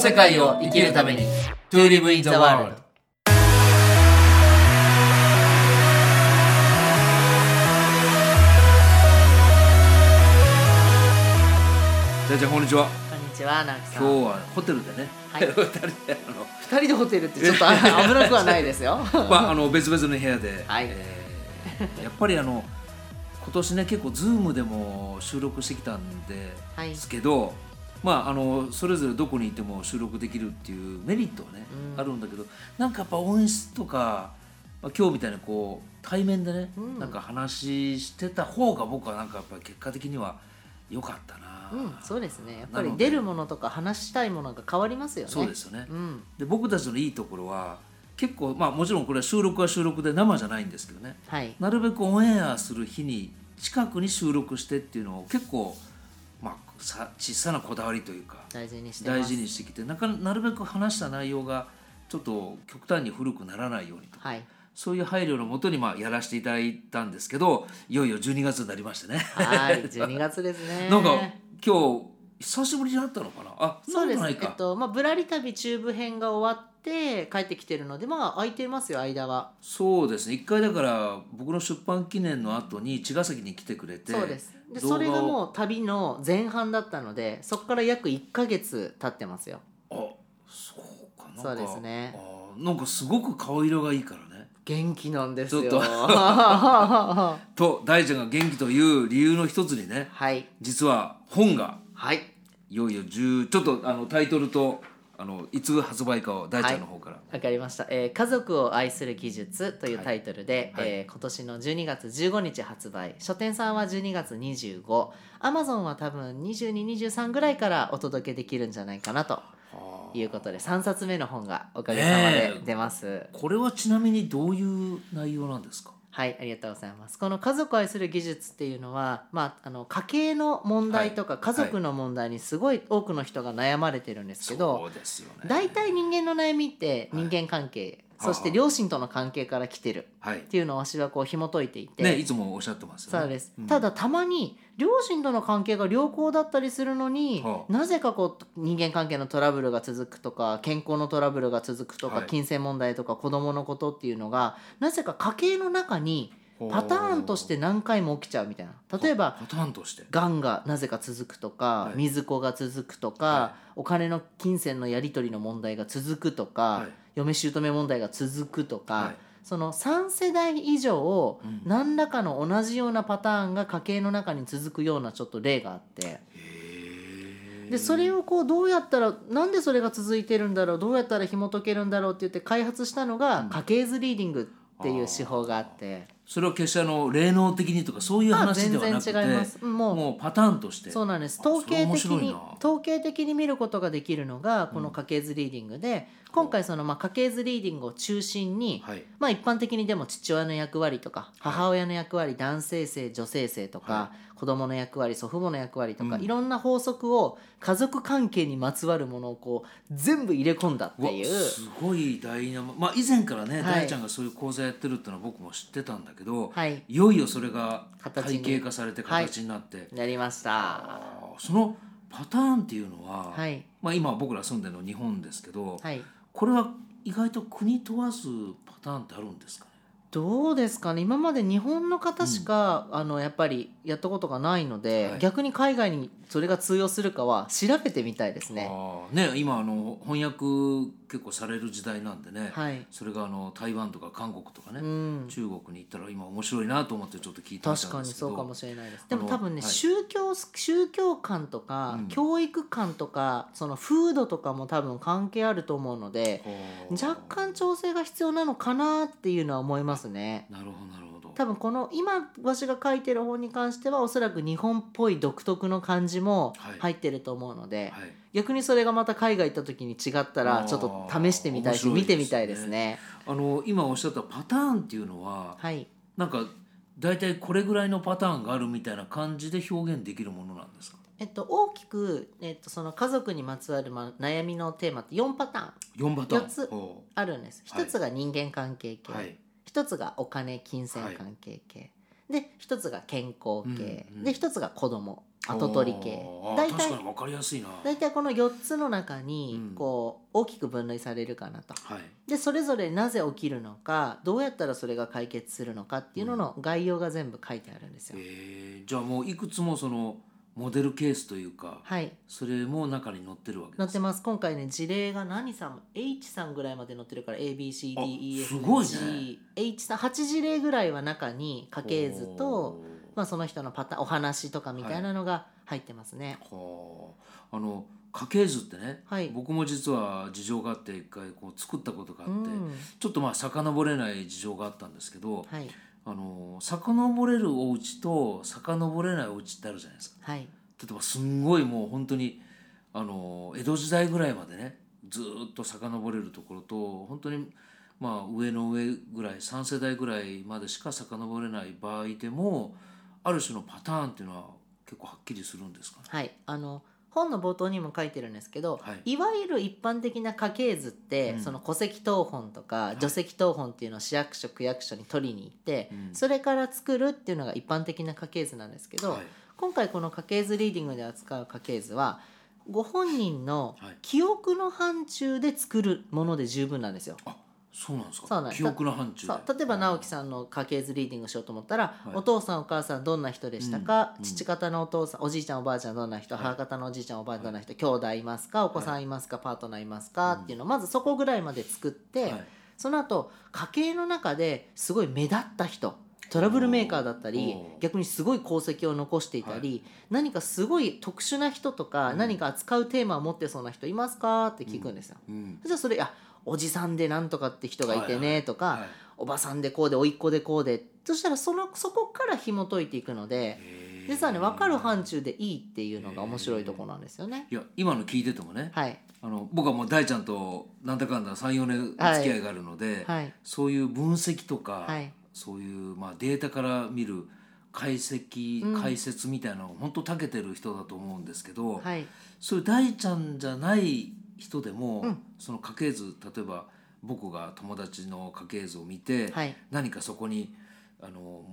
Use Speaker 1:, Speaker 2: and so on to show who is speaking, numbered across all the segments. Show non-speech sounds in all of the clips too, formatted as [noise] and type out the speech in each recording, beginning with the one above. Speaker 1: 世界を生きるために To live in the world
Speaker 2: じゃあじゃあこんにちは
Speaker 1: こんにちは、なきさ
Speaker 2: 今
Speaker 1: ん。
Speaker 2: 日はホテルでね、
Speaker 1: はい
Speaker 2: 二人であの
Speaker 1: 二人でホテルってちょっとあ危なくはない
Speaker 2: [laughs]
Speaker 1: ですよ。
Speaker 2: まあ、あの別々の部屋で、
Speaker 1: はい
Speaker 2: えーやっぱりあの今年ね結構 Zoom でも収録してきたんで
Speaker 1: はい
Speaker 2: ですけど、まあ、あのそれぞれどこにいても収録できるっていうメリットはね、
Speaker 1: うん
Speaker 2: あるんだけどなんかやっぱ音質とか、まあ、今日みたいなこう対面でね、
Speaker 1: うん
Speaker 2: なんか話してた方が僕はなんかやっぱり結果的には良かったな、
Speaker 1: うん、そうですね。やっぱ
Speaker 2: な
Speaker 1: り
Speaker 2: ので
Speaker 1: 出るものとか話したいものが変わりますよね。
Speaker 2: そうですよね。
Speaker 1: うん、
Speaker 2: で僕たちのいいところは結構まあもちろんこれは収録は収録で生じゃないんですけどね
Speaker 1: はい。
Speaker 2: なるべくオンエアする日に近くに収録してっていうのを結構まあさ小さなこだわりというか
Speaker 1: 大事にしてます。
Speaker 2: 大事にしてきてなかなるべく話した内容がちょっと極端に古くならないようにと
Speaker 1: はい。
Speaker 2: そういう配慮のもとにまあやらせていただいたんですけどいよいよ12月になりましてね。
Speaker 1: はい、12月ですね。
Speaker 2: [laughs] なんか今日久しぶりに会ったのかなあ
Speaker 1: そうです
Speaker 2: な
Speaker 1: ね
Speaker 2: い。
Speaker 1: え
Speaker 2: か
Speaker 1: っと、まあ、ぶらり旅中部編が終わって、帰ってきてるので、まあ、空いてますよ、間は。
Speaker 2: そうですね一回だから僕の出版記念の後に茅ヶ崎に来てくれて
Speaker 1: そうです。で、
Speaker 2: 動
Speaker 1: そ
Speaker 2: 画を
Speaker 1: れがもう旅の前半だったので、そこから約1ヶ月経ってますよ。
Speaker 2: あそうかなんか
Speaker 1: そうですね
Speaker 2: あーなんかすごく顔色がいいからね
Speaker 1: 元気なんです
Speaker 2: ちょ
Speaker 1: よ。
Speaker 2: っと
Speaker 1: [laughs] は
Speaker 2: と大ちゃんが元気という理由の一つにね
Speaker 1: い。
Speaker 2: 実は本が
Speaker 1: はい。
Speaker 2: いよいよ10ちょっとあのタイトルとあのいつ発売かを大ちゃんの方から、
Speaker 1: わかりました、えー家族を愛する技術」というタイトルで、
Speaker 2: はいはい
Speaker 1: えー今年の12月15日発売書店さんは12月25アマゾンは多分2223ぐらいからお届けできるんじゃないかなということで3冊目の本がおかげさまで
Speaker 2: ねえ
Speaker 1: 出ます、
Speaker 2: これはちなみにどういう内容なんですか
Speaker 1: はい、ありがとうございます。この家族を愛する技術っていうのは、まあ、あの家計の問題とか
Speaker 2: はい
Speaker 1: 家族の問題にすごい多くの人が悩まれてるんですけど、
Speaker 2: そうですよね
Speaker 1: 大体人間の悩みって人間関係、
Speaker 2: はい
Speaker 1: そして両親との関係から来てる
Speaker 2: はい
Speaker 1: っていうのを私はこう紐解いていて、
Speaker 2: ねいつもおっしゃってますよね
Speaker 1: そうです、
Speaker 2: うん
Speaker 1: ただたまに両親との関係が良好だったりするのに、
Speaker 2: はあ
Speaker 1: なぜかこう人間関係のトラブルが続くとか健康のトラブルが続くとか、
Speaker 2: はい
Speaker 1: 金銭問題とか子どものことっていうのがなぜか家計の中にパターンとして何回も起きちゃうみたいな例えば
Speaker 2: パターンとして
Speaker 1: がんがなぜか続くとか、
Speaker 2: はい
Speaker 1: 水子が続くとか、
Speaker 2: は
Speaker 1: お金の金銭のやり取りの問題が続くとか、
Speaker 2: はい
Speaker 1: 嫁姑問題が続くとか、
Speaker 2: はい
Speaker 1: その3世代以上を
Speaker 2: うん
Speaker 1: 何らかの同じようなパターンが家計の中に続くようなちょっと例があってでそれをこうどうやったらなんでそれが続いてるんだろうどうやったら紐解けるんだろうって言って開発したのが家系図リーディングっていう手法があって、
Speaker 2: それは決してあの霊能的にとかそういう
Speaker 1: まあ
Speaker 2: 話で
Speaker 1: 全
Speaker 2: はな
Speaker 1: 然
Speaker 2: くて
Speaker 1: 違います。もう
Speaker 2: もうパターンとして
Speaker 1: そうなんです
Speaker 2: あ
Speaker 1: 統計的
Speaker 2: それ面白い
Speaker 1: に
Speaker 2: な
Speaker 1: 統計的に見ることができるのがこの家系図リーディングで、今回そのまあ家系図リーディングを中心に、
Speaker 2: はい
Speaker 1: まあ、一般的にでも父親の役割とか母親の役割男性性女性性とか、
Speaker 2: は
Speaker 1: 子供の役割祖父母の役割とか、
Speaker 2: うん
Speaker 1: いろんな法則を家族関係にまつわるものをこう全部入れ込んだっ
Speaker 2: うわ
Speaker 1: ていう。
Speaker 2: すごいダイナマまあ以前からね、
Speaker 1: はい
Speaker 2: 大ちゃんがそういう講座やってるってのは僕も知ってたんだけど、
Speaker 1: はい、
Speaker 2: いよいよそれが
Speaker 1: 形に
Speaker 2: 体系化されて
Speaker 1: はい
Speaker 2: 形になって、
Speaker 1: なりました。
Speaker 2: あーそのパターンっていうのは、
Speaker 1: はい、
Speaker 2: まあ、今僕ら住んでるの日本ですけど、
Speaker 1: はい
Speaker 2: これは意外と国問わずパターンってあるんですかね
Speaker 1: どうですかね今まで日本の方しか、あのやっぱりやったことがないので、
Speaker 2: はい
Speaker 1: 逆に海外にそれが通用するかは調べてみたいですね。
Speaker 2: あーね今あの翻訳結構される時代なんでね、
Speaker 1: はい、
Speaker 2: それがあの台湾とか韓国とかね、
Speaker 1: うん、
Speaker 2: 中国に行ったら今面白いなと思ってちょっと聞いてみた
Speaker 1: 確
Speaker 2: ん
Speaker 1: か
Speaker 2: で
Speaker 1: に
Speaker 2: すけど
Speaker 1: そうかもしれないです。
Speaker 2: あ
Speaker 1: で
Speaker 2: の
Speaker 1: も多分ね、
Speaker 2: はい
Speaker 1: 宗教宗教観とか、
Speaker 2: うん
Speaker 1: 教育観とかその風土とかも多分関係あると思うので
Speaker 2: ほう
Speaker 1: 若干調整が必要なのかなっていうのは思いますね。
Speaker 2: なるほどなるほど
Speaker 1: 多分この今わしが書いてる本に関してはおそらく日本っぽい独特の感じも
Speaker 2: はい
Speaker 1: 入ってると思うので、
Speaker 2: はい
Speaker 1: 逆にそれがまた海外行った時に違ったら
Speaker 2: あー
Speaker 1: ちょっと試してみたいし
Speaker 2: 面白い
Speaker 1: 見て
Speaker 2: ですね
Speaker 1: みたいですね。
Speaker 2: あの今おっしゃったパターンっていうのは
Speaker 1: はい、
Speaker 2: なんか大体これぐらいのパターンがあるみたいな感じで表現できるものなんですか
Speaker 1: えっと、大きく、えっと、その家族にまつわる、ま、悩みのテーマって4パターン
Speaker 2: 4パターン
Speaker 1: 四つ
Speaker 2: ほ
Speaker 1: あるんです。
Speaker 2: はい
Speaker 1: 一つが人間関係
Speaker 2: う
Speaker 1: 系、
Speaker 2: はい
Speaker 1: 一つがお金金銭関係系、で一つが健康系、
Speaker 2: うんうん
Speaker 1: で一つが子供後取り系
Speaker 2: あー
Speaker 1: 大
Speaker 2: 確か
Speaker 1: 体
Speaker 2: に分かりやすいな
Speaker 1: 大体この4つの中に
Speaker 2: うん
Speaker 1: こう大きく分類されるかなと。
Speaker 2: はい
Speaker 1: でそれぞれなぜ起きるのかどうやったらそれが解決するのかっていうのの概要が全部書いてあるんですよ。
Speaker 2: えー、じゃあもういくつもそのモデルケースというか
Speaker 1: はい
Speaker 2: それも中に載ってるわけ
Speaker 1: 載っ
Speaker 2: です
Speaker 1: てます今回ね事例が何さんも H さんぐらいまで載ってるから ABCDEF
Speaker 2: あすごいね
Speaker 1: H さん8事例ぐらいは中に家系図と、
Speaker 2: ほう
Speaker 1: まあ、その人のパターンお話とかみたいなのが入ってますね。
Speaker 2: はああの家系図ってね、
Speaker 1: はい
Speaker 2: 僕も実は事情があって一回こう作ったことがあって、
Speaker 1: うん
Speaker 2: ちょっとまあ遡れない事情があったんですけど、
Speaker 1: はい
Speaker 2: あの遡れるお家と遡れないお家ってあるじゃないですか
Speaker 1: はい
Speaker 2: 例えばすんごいもう本当にあの江戸時代ぐらいまでねずーっと遡れるところと本当にまあ上の上ぐらい3世代ぐらいまでしか遡れない場合でもある種のパターンっていうのは結構はっきりするんですかね。
Speaker 1: はい、あの本の冒頭にも書いてるんですけど、、
Speaker 2: はい
Speaker 1: わゆる一般的な家系図って、
Speaker 2: うん
Speaker 1: その戸籍謄本とか除籍謄本っていうのを市役所区役所に取りに行って、
Speaker 2: うん
Speaker 1: それから作るっていうのが一般的な家系図なんですけど、
Speaker 2: はい
Speaker 1: 今回この家系図リーディングで扱う家系図はご本人の
Speaker 2: はい
Speaker 1: 記憶の範疇で作るもので十分なんですよ。
Speaker 2: あそうなんですか
Speaker 1: そうなんです
Speaker 2: 記憶の範疇
Speaker 1: そう例えば直樹さんの家系図リーディングしようと思ったら、
Speaker 2: はい
Speaker 1: お父さんお母さんどんな人でしたか、
Speaker 2: うん
Speaker 1: 父方のお父さんおじいちゃんおばあちゃんどんな人、
Speaker 2: はい
Speaker 1: 母方のおじいちゃんおばあちゃんどんな人、兄弟いますかお子さんいますか、パートナーいますか、っていうのをまずそこぐらいまで作って、
Speaker 2: はい
Speaker 1: その後家計の中ですごい目立った人トラブルメーカーだったり
Speaker 2: おー
Speaker 1: 逆にすごい功績を残していたり、何かすごい特殊な人とか、
Speaker 2: うん
Speaker 1: 何か扱うテーマを持ってそうな人いますかって聞くんですよ。
Speaker 2: うん
Speaker 1: じゃあそれあおじさんでなんとかって人がいて
Speaker 2: はいは
Speaker 1: ねとか、
Speaker 2: はい
Speaker 1: おばさんでこうでおいっ子でこうでそしたらそのそこから紐解いていくので
Speaker 2: へー
Speaker 1: 実はね分かる範疇でいいっていうのが面白いところなんですよね。
Speaker 2: いや今の聞いててもね、
Speaker 1: はい、
Speaker 2: あの僕はもう大ちゃんとなんだかんだ34年お付き合いがあるので、
Speaker 1: はい
Speaker 2: そういう分析とか、
Speaker 1: はい
Speaker 2: そういう、まあ、データから見る解析、
Speaker 1: うん
Speaker 2: 解説みたいなのを本当長けてる人だと思うんですけど、
Speaker 1: はい
Speaker 2: そういう大ちゃんじゃない人でも、
Speaker 1: うん
Speaker 2: その家系図例えば僕が友達の家系図を見て、
Speaker 1: はい
Speaker 2: 何かそこにあの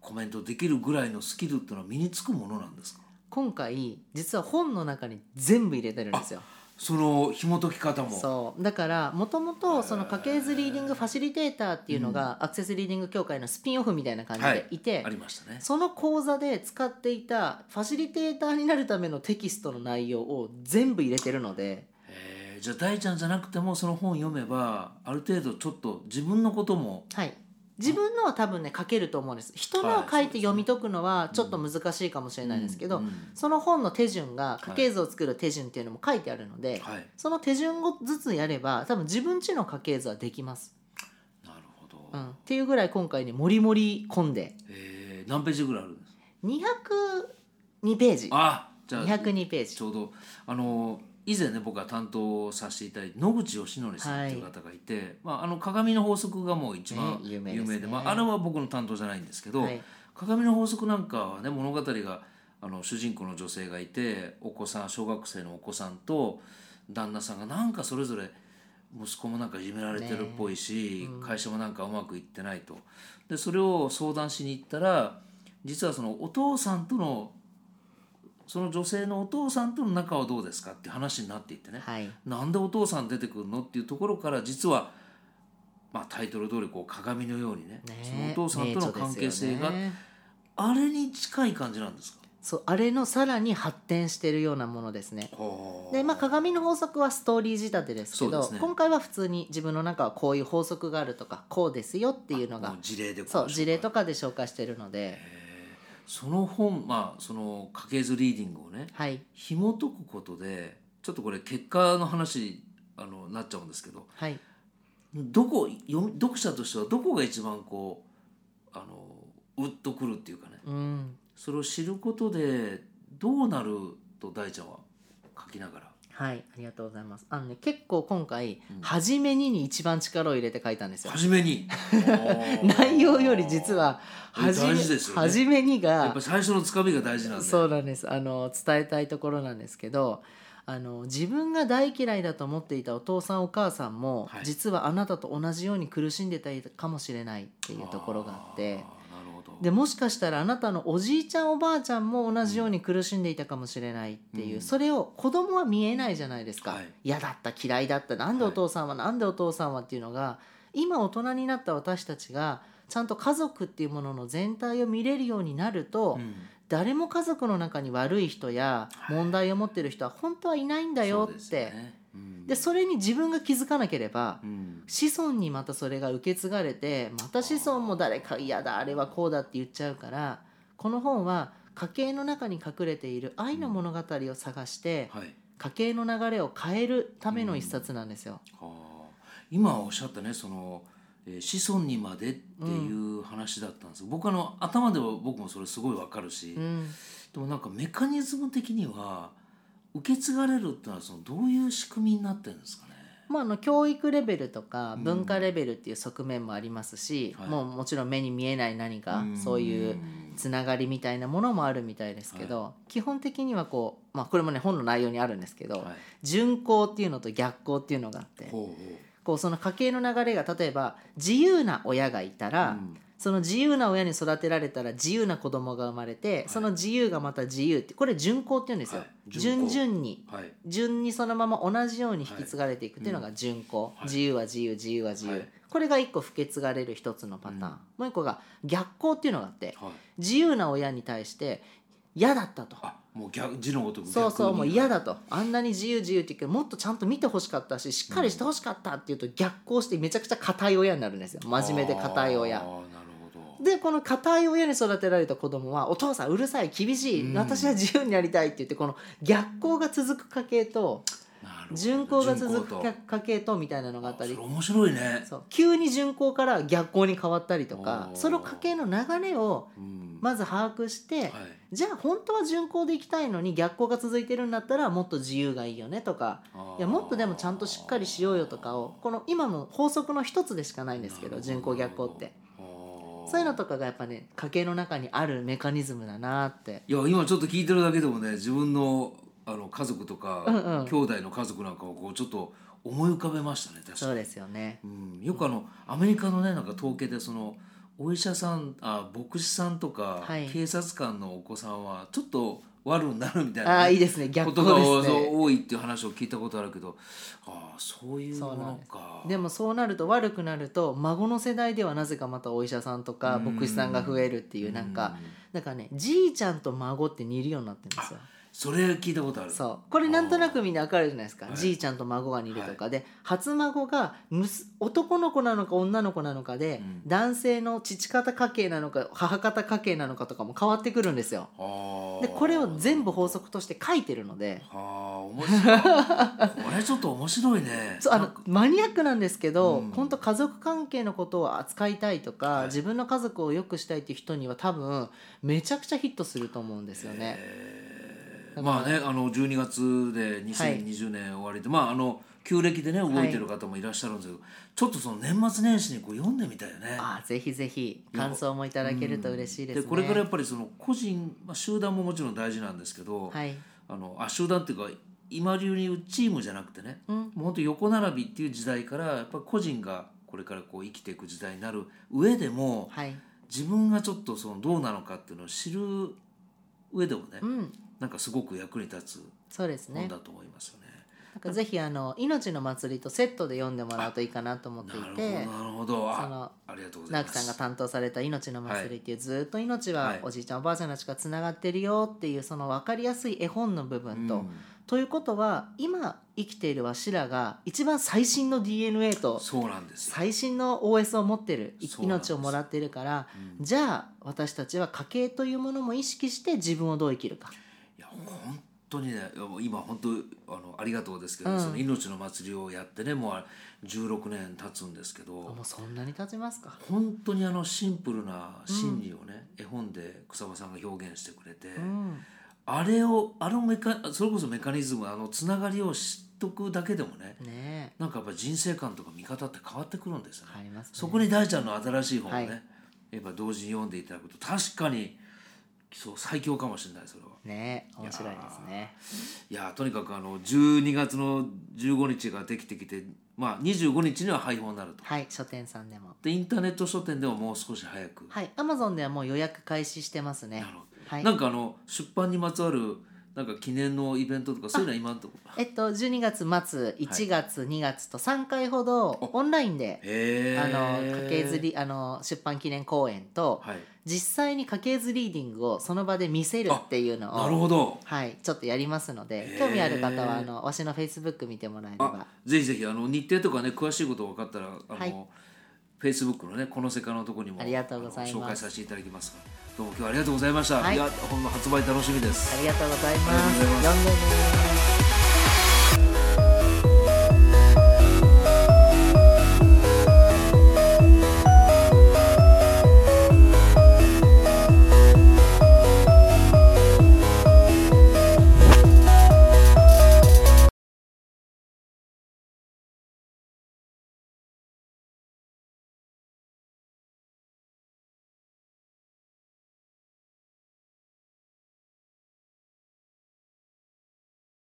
Speaker 2: コメントできるぐらいのスキルっていうのは身につくものなんですか
Speaker 1: 今回実は本の中に全部入れてるんですよ。
Speaker 2: その紐解き方も。
Speaker 1: そうだからもともとその家系図リーディングファシリテーターっていうのがアクセスリーディング協会のスピンオフみたいな感じ
Speaker 2: はい
Speaker 1: でいて、
Speaker 2: ありましたね。
Speaker 1: その講座で使っていたファシリテーターになるためのテキストの内容を全部入れてるので。
Speaker 2: えーじゃあ大ちゃんじゃなくてもその本読めばある程度ちょっと自分のことも
Speaker 1: はい。自分のは多分ね書けると思うんです人のを書
Speaker 2: は
Speaker 1: い
Speaker 2: いそ
Speaker 1: て
Speaker 2: うですね
Speaker 1: 読み解くのはちょっと難しいかもしれないですけど、
Speaker 2: うんうん
Speaker 1: その本の手順が
Speaker 2: い
Speaker 1: 家系図を作る手順っていうのも書いてあるので、
Speaker 2: はい、
Speaker 1: その手順をずつやれば多分自分ちの家系図はできます、
Speaker 2: なるほど、
Speaker 1: うん、っていうぐらい今回ねもりもり込んで
Speaker 2: えー何ページぐらいあるんですか
Speaker 1: 202ページ
Speaker 2: あじゃあ
Speaker 1: 202ペー
Speaker 2: ち
Speaker 1: ジ
Speaker 2: ょうどあの以前ね僕が担当させていただいた野口義則さんという方がいて、まあ、あの鏡の法則がもう一
Speaker 1: ね
Speaker 2: 番
Speaker 1: 有
Speaker 2: 有
Speaker 1: 名
Speaker 2: 名
Speaker 1: で
Speaker 2: です
Speaker 1: ね
Speaker 2: まあ、あれは僕の担当じゃないんですけど、
Speaker 1: はい
Speaker 2: 鏡の法則なんかはね物語があの主人公の女性がいてお子さん小学生のお子さんと旦那さんがなんかそれぞれ息子もなんかいじめられてるっぽいし、会社もなんかうまくいってないとでそれを相談しに行ったら実はそのお父さんとのその女性のお父さんとの仲はどうですかって話になっていってね、
Speaker 1: はい
Speaker 2: なんでお父さん出てくるのっていうところから実は、まあ、タイトル通りこう鏡のようにね
Speaker 1: ね
Speaker 2: そのお父さんとの関係性
Speaker 1: 名著
Speaker 2: が、
Speaker 1: ですよね
Speaker 2: あれに近い感じなんですか
Speaker 1: そうあれのさらに発展してるようなものですねでまあ、
Speaker 2: 鏡
Speaker 1: 鏡の法則はストーリー仕立てですけ
Speaker 2: そう
Speaker 1: ど
Speaker 2: ですね
Speaker 1: 今回は普通に自分の中はこういう法則があるとかこうですよっていうのが
Speaker 2: 事例でこ
Speaker 1: そう事例
Speaker 2: 紹介
Speaker 1: とかで紹介してるので
Speaker 2: その本まあその家系図リーディングをね
Speaker 1: はい
Speaker 2: 紐解くことでちょっとこれ結果の話あのなっちゃうんですけど
Speaker 1: はい
Speaker 2: どこ読み読者としてはどこが一番こうあのうっとくるっていうかね
Speaker 1: うん
Speaker 2: それを知ることでどうなると大ちゃんは書きながら
Speaker 1: はいありがとうございますあのね結構今回「初めに」に一番力を入れて書いたんですよ
Speaker 2: 初め
Speaker 1: [laughs]
Speaker 2: に
Speaker 1: 内容より実は「
Speaker 2: え大
Speaker 1: 初め
Speaker 2: 事ですよね
Speaker 1: 初めに」
Speaker 2: やっ
Speaker 1: が
Speaker 2: ぱ最初のつかみが大事なんで
Speaker 1: そうなんですあの伝えたいところなんですけどあの自分が大嫌いだと思っていたお父さんお母さんも、
Speaker 2: はい
Speaker 1: 実はあなたと同じように苦しんでたかもしれないっていうところがあって
Speaker 2: あーなるほど
Speaker 1: でもしかしたらあなたのおじいちゃんおばあちゃんも同じように苦しんでいたかもしれないっていう、
Speaker 2: うん
Speaker 1: それを子供は見えないじゃないですか、
Speaker 2: はい
Speaker 1: 嫌だった嫌いだったなんでお父さんは、なんでお父さんはっていうのが今大人になった私たちがちゃんと家族っていうものの全体を見れるようになると、
Speaker 2: うん
Speaker 1: 誰も家族の中に悪い人や
Speaker 2: はい
Speaker 1: 問題を持ってる人は本当はいないんだよ
Speaker 2: そうで
Speaker 1: っ
Speaker 2: す
Speaker 1: て。
Speaker 2: ねうん
Speaker 1: でそれに自分が気づかなければ
Speaker 2: うん
Speaker 1: 子孫にまたそれが受け継がれてまた子孫も誰か嫌だあれはこうだって言っちゃうからこの本は家計の中に隠れている愛の物語を探して
Speaker 2: はい
Speaker 1: 家計の流れを変えるための一冊なんですよ。
Speaker 2: あー今おっしゃったねその、えー子孫にまでっていう話だったんです、僕あの頭では僕もそれすごいわかるし、
Speaker 1: うん、
Speaker 2: でもなんかメカニズム的には受け継がれるってのはそのどういう仕組みになってるんですかね。
Speaker 1: まあ、あの教育レベルとか
Speaker 2: うん
Speaker 1: 文化レベルっていう側面もありますし、
Speaker 2: はい
Speaker 1: もうもちろん目に見えない何かそういうつながりみたいなものもあるみたいですけど、基本的にはこう、まあ、これもね本の内容にあるんですけど、
Speaker 2: はい
Speaker 1: 順行っていうのと逆行っていうのがあって
Speaker 2: ほうほ
Speaker 1: こうその家計の流れが例えば自由な親がいた
Speaker 2: う
Speaker 1: ら、
Speaker 2: うん
Speaker 1: その自由な親に育てられたら自由な子供が生まれて、
Speaker 2: い
Speaker 1: その自由がまた自由ってこれ順行っていうんですよ、
Speaker 2: はい順
Speaker 1: 順
Speaker 2: 行
Speaker 1: 々に
Speaker 2: はい
Speaker 1: 順にそのまま同じように引き継がれていくっていうのが順行、
Speaker 2: はい
Speaker 1: 自由は自由自由は自由、
Speaker 2: はい
Speaker 1: これが一個不結がれる一つのパターン、
Speaker 2: うん
Speaker 1: もう一個が逆行っていうのがあって
Speaker 2: はい、
Speaker 1: 自由な親に対して嫌だったと
Speaker 2: あもう逆字のごとく逆
Speaker 1: そうそう
Speaker 2: に
Speaker 1: もう嫌だとあんなに自由自由って言うけどもっとちゃんと見てほしかったししっかりしてほしかったっていうと逆行してめちゃくちゃ硬い親になるんですよ真面目で硬い
Speaker 2: あー
Speaker 1: 親
Speaker 2: なるほど
Speaker 1: でこの硬い親に育てられた子供はお父さんうるさい厳しい、
Speaker 2: うん
Speaker 1: 私は自由になりたいって言ってこの逆行が続く家系と
Speaker 2: なるほど
Speaker 1: 順行が続く
Speaker 2: 順
Speaker 1: 家
Speaker 2: 行と
Speaker 1: 家系とみたいなのがあ
Speaker 2: あ
Speaker 1: った
Speaker 2: それ
Speaker 1: り
Speaker 2: 面白いね
Speaker 1: そう急に順行から逆行に変わったりとか
Speaker 2: おー
Speaker 1: その家系の流れを
Speaker 2: うん
Speaker 1: まず把握して、
Speaker 2: はい
Speaker 1: じゃあ本当は順行で行きたいのに逆行が続いてるんだったらもっと自由がいいよねとか
Speaker 2: あー
Speaker 1: いやもっとでもちゃんとしっかりしようよとかをこの今の法則の一つでしかないんですけど順行逆行ってそういうの
Speaker 2: と
Speaker 1: とかがやっぱね家計の中にあるメカニズムだなって
Speaker 2: いや今ちょっと聞いてるだけでもね自分のあの家族とか、
Speaker 1: うんうん
Speaker 2: 兄弟の家族なんかをこうちょっと思い浮かべましたね確か
Speaker 1: そ
Speaker 2: に
Speaker 1: うですよね
Speaker 2: うん、よくあのアメリカのねなんか統計でそのお医者さんあ牧師さんとか、
Speaker 1: はい
Speaker 2: 警察官のお子さんはちょっと悪になるみたい
Speaker 1: あ
Speaker 2: な
Speaker 1: あ
Speaker 2: ね、
Speaker 1: いいですね
Speaker 2: こ
Speaker 1: 逆
Speaker 2: とが
Speaker 1: 行です
Speaker 2: そ
Speaker 1: ね
Speaker 2: う多いっていう話を聞いたことあるけどああそういうも
Speaker 1: そうなん
Speaker 2: の
Speaker 1: で
Speaker 2: か
Speaker 1: でもそうなると悪くなると孫の世代ではなぜかまたお医者さんとか
Speaker 2: うん
Speaker 1: 牧師さんが増えるっていうなんか
Speaker 2: うん
Speaker 1: だからねじいちゃんと孫って似るようになってるんですよ
Speaker 2: それ聞いたことある
Speaker 1: そうこれなんとなくみんなわかるじゃないですか
Speaker 2: はい
Speaker 1: じいちゃんと孫が似るとかで、初孫がむす男の子なのか女の子なのかで、
Speaker 2: うん
Speaker 1: 男性の父方家系なのか母方家系なのかとかも変わってくるんですよ。
Speaker 2: ああ
Speaker 1: でこれを全部法則として書いてるので
Speaker 2: ああ面
Speaker 1: [laughs]
Speaker 2: 白いこれちょっと面白いね
Speaker 1: そうあ
Speaker 2: な
Speaker 1: の
Speaker 2: んか
Speaker 1: マニアックなんですけど、
Speaker 2: うん
Speaker 1: 本当家族関係のことを扱いたいとか、
Speaker 2: はい
Speaker 1: 自分の家族を良くしたいっていう人には多分めちゃくちゃヒットすると思うんですよね。
Speaker 2: えー
Speaker 1: だから
Speaker 2: まあねあの12月で2020年終わりで、まああの旧暦でね動いてる方もいらっしゃるんですけど、ちょっとその年末年始にこう読んでみたいよね。
Speaker 1: あーぜひぜひ感想もいただけると嬉しいですね。
Speaker 2: でこれからやっぱりその個人、まあ、集団ももちろん大事なんですけど、
Speaker 1: はい、
Speaker 2: あのあ集団っていうか今流に言うチームじゃなくてね、
Speaker 1: うん
Speaker 2: もうほんと横並びっていう時代からやっぱ個人がこれからこう生きていく時代になる上でも
Speaker 1: はい
Speaker 2: 自分がちょっとそのどうなのかっていうのを知る上でもね、
Speaker 1: うん、
Speaker 2: なんかすごく役に立つ
Speaker 1: そうですね
Speaker 2: 本。だと思いますよね。
Speaker 1: なんかぜひあの命の祭りとセットで読んでもらうといいかなと思っ
Speaker 2: な
Speaker 1: てい
Speaker 2: るほど
Speaker 1: て。
Speaker 2: なるほど。
Speaker 1: そ
Speaker 2: あ
Speaker 1: の
Speaker 2: ありがとうござい
Speaker 1: 直
Speaker 2: ま
Speaker 1: 樹
Speaker 2: す。
Speaker 1: さんが担当された「命の祭り」っていうずっと命
Speaker 2: は
Speaker 1: はいおじいちゃんおばあちゃんたちがつながってるよっていうその分かりやすい絵本の部分と。ということは今生きているわしらが一番最新の DNA
Speaker 2: うん
Speaker 1: と
Speaker 2: そうなんですよ。
Speaker 1: 最新の OS を持ってるい
Speaker 2: そうなんです
Speaker 1: 命をもらってるから
Speaker 2: うん
Speaker 1: じゃあ私たちは家計というものも意識して自分をどう生きるか。
Speaker 2: いや本当にねいやもう今本当あのありがとうですけど、
Speaker 1: うん
Speaker 2: その命の祭りをやってねもうあ16年経つんですけど
Speaker 1: もうそんなに経ちますか。
Speaker 2: 本当にあのシンプルな心理をね、絵本で草場さんが表現してくれて、
Speaker 1: うん
Speaker 2: あれをあのメカそれこそメカニズムあのつながりを知っとくだけでもね
Speaker 1: ね
Speaker 2: なんかやっぱ人生観とか見方って変わってくるんです
Speaker 1: え
Speaker 2: よね。
Speaker 1: 変わりますね。
Speaker 2: そこに大ちゃんの新しい本をね、
Speaker 1: はい
Speaker 2: やっぱ同時に読んでいただくと確かにそう最強かもしれないそれは。
Speaker 1: ね面白いですね
Speaker 2: いやーとにかくあの12月の15日ができてきてまあ、25日には廃本になると
Speaker 1: はい書店さんでも
Speaker 2: でインターネット書店ではもう少し早く、
Speaker 1: はいアマゾンではもう予約開始してますね
Speaker 2: なるほど
Speaker 1: はい
Speaker 2: なんかあの出版にまつわるなんか記念のイベントとかそういうのは今のところ
Speaker 1: えっと12月末1月、2月と3回ほどオンラインで
Speaker 2: へえ
Speaker 1: あの家系図りあの出版記念公演と、
Speaker 2: はい
Speaker 1: 実際に家系図リーディングをその場で見せるっていうの
Speaker 2: なる
Speaker 1: を
Speaker 2: ほど
Speaker 1: はい、ちょっとやりますので
Speaker 2: へー
Speaker 1: 興味ある方はあのわしのフェイスブック見てもらえれば
Speaker 2: あぜひぜひあの日程とかね詳しいこと分かったらあの、
Speaker 1: はい
Speaker 2: フェイスブックのねこの世界のとこにも
Speaker 1: ありがとうございます
Speaker 2: あの紹介させていただきますがどうも今日はありがとうございました、
Speaker 1: はい
Speaker 2: いや本の発売楽しみです
Speaker 1: ありがとうござい
Speaker 2: ありがとうござ
Speaker 1: ます。
Speaker 2: いま
Speaker 1: 読んでね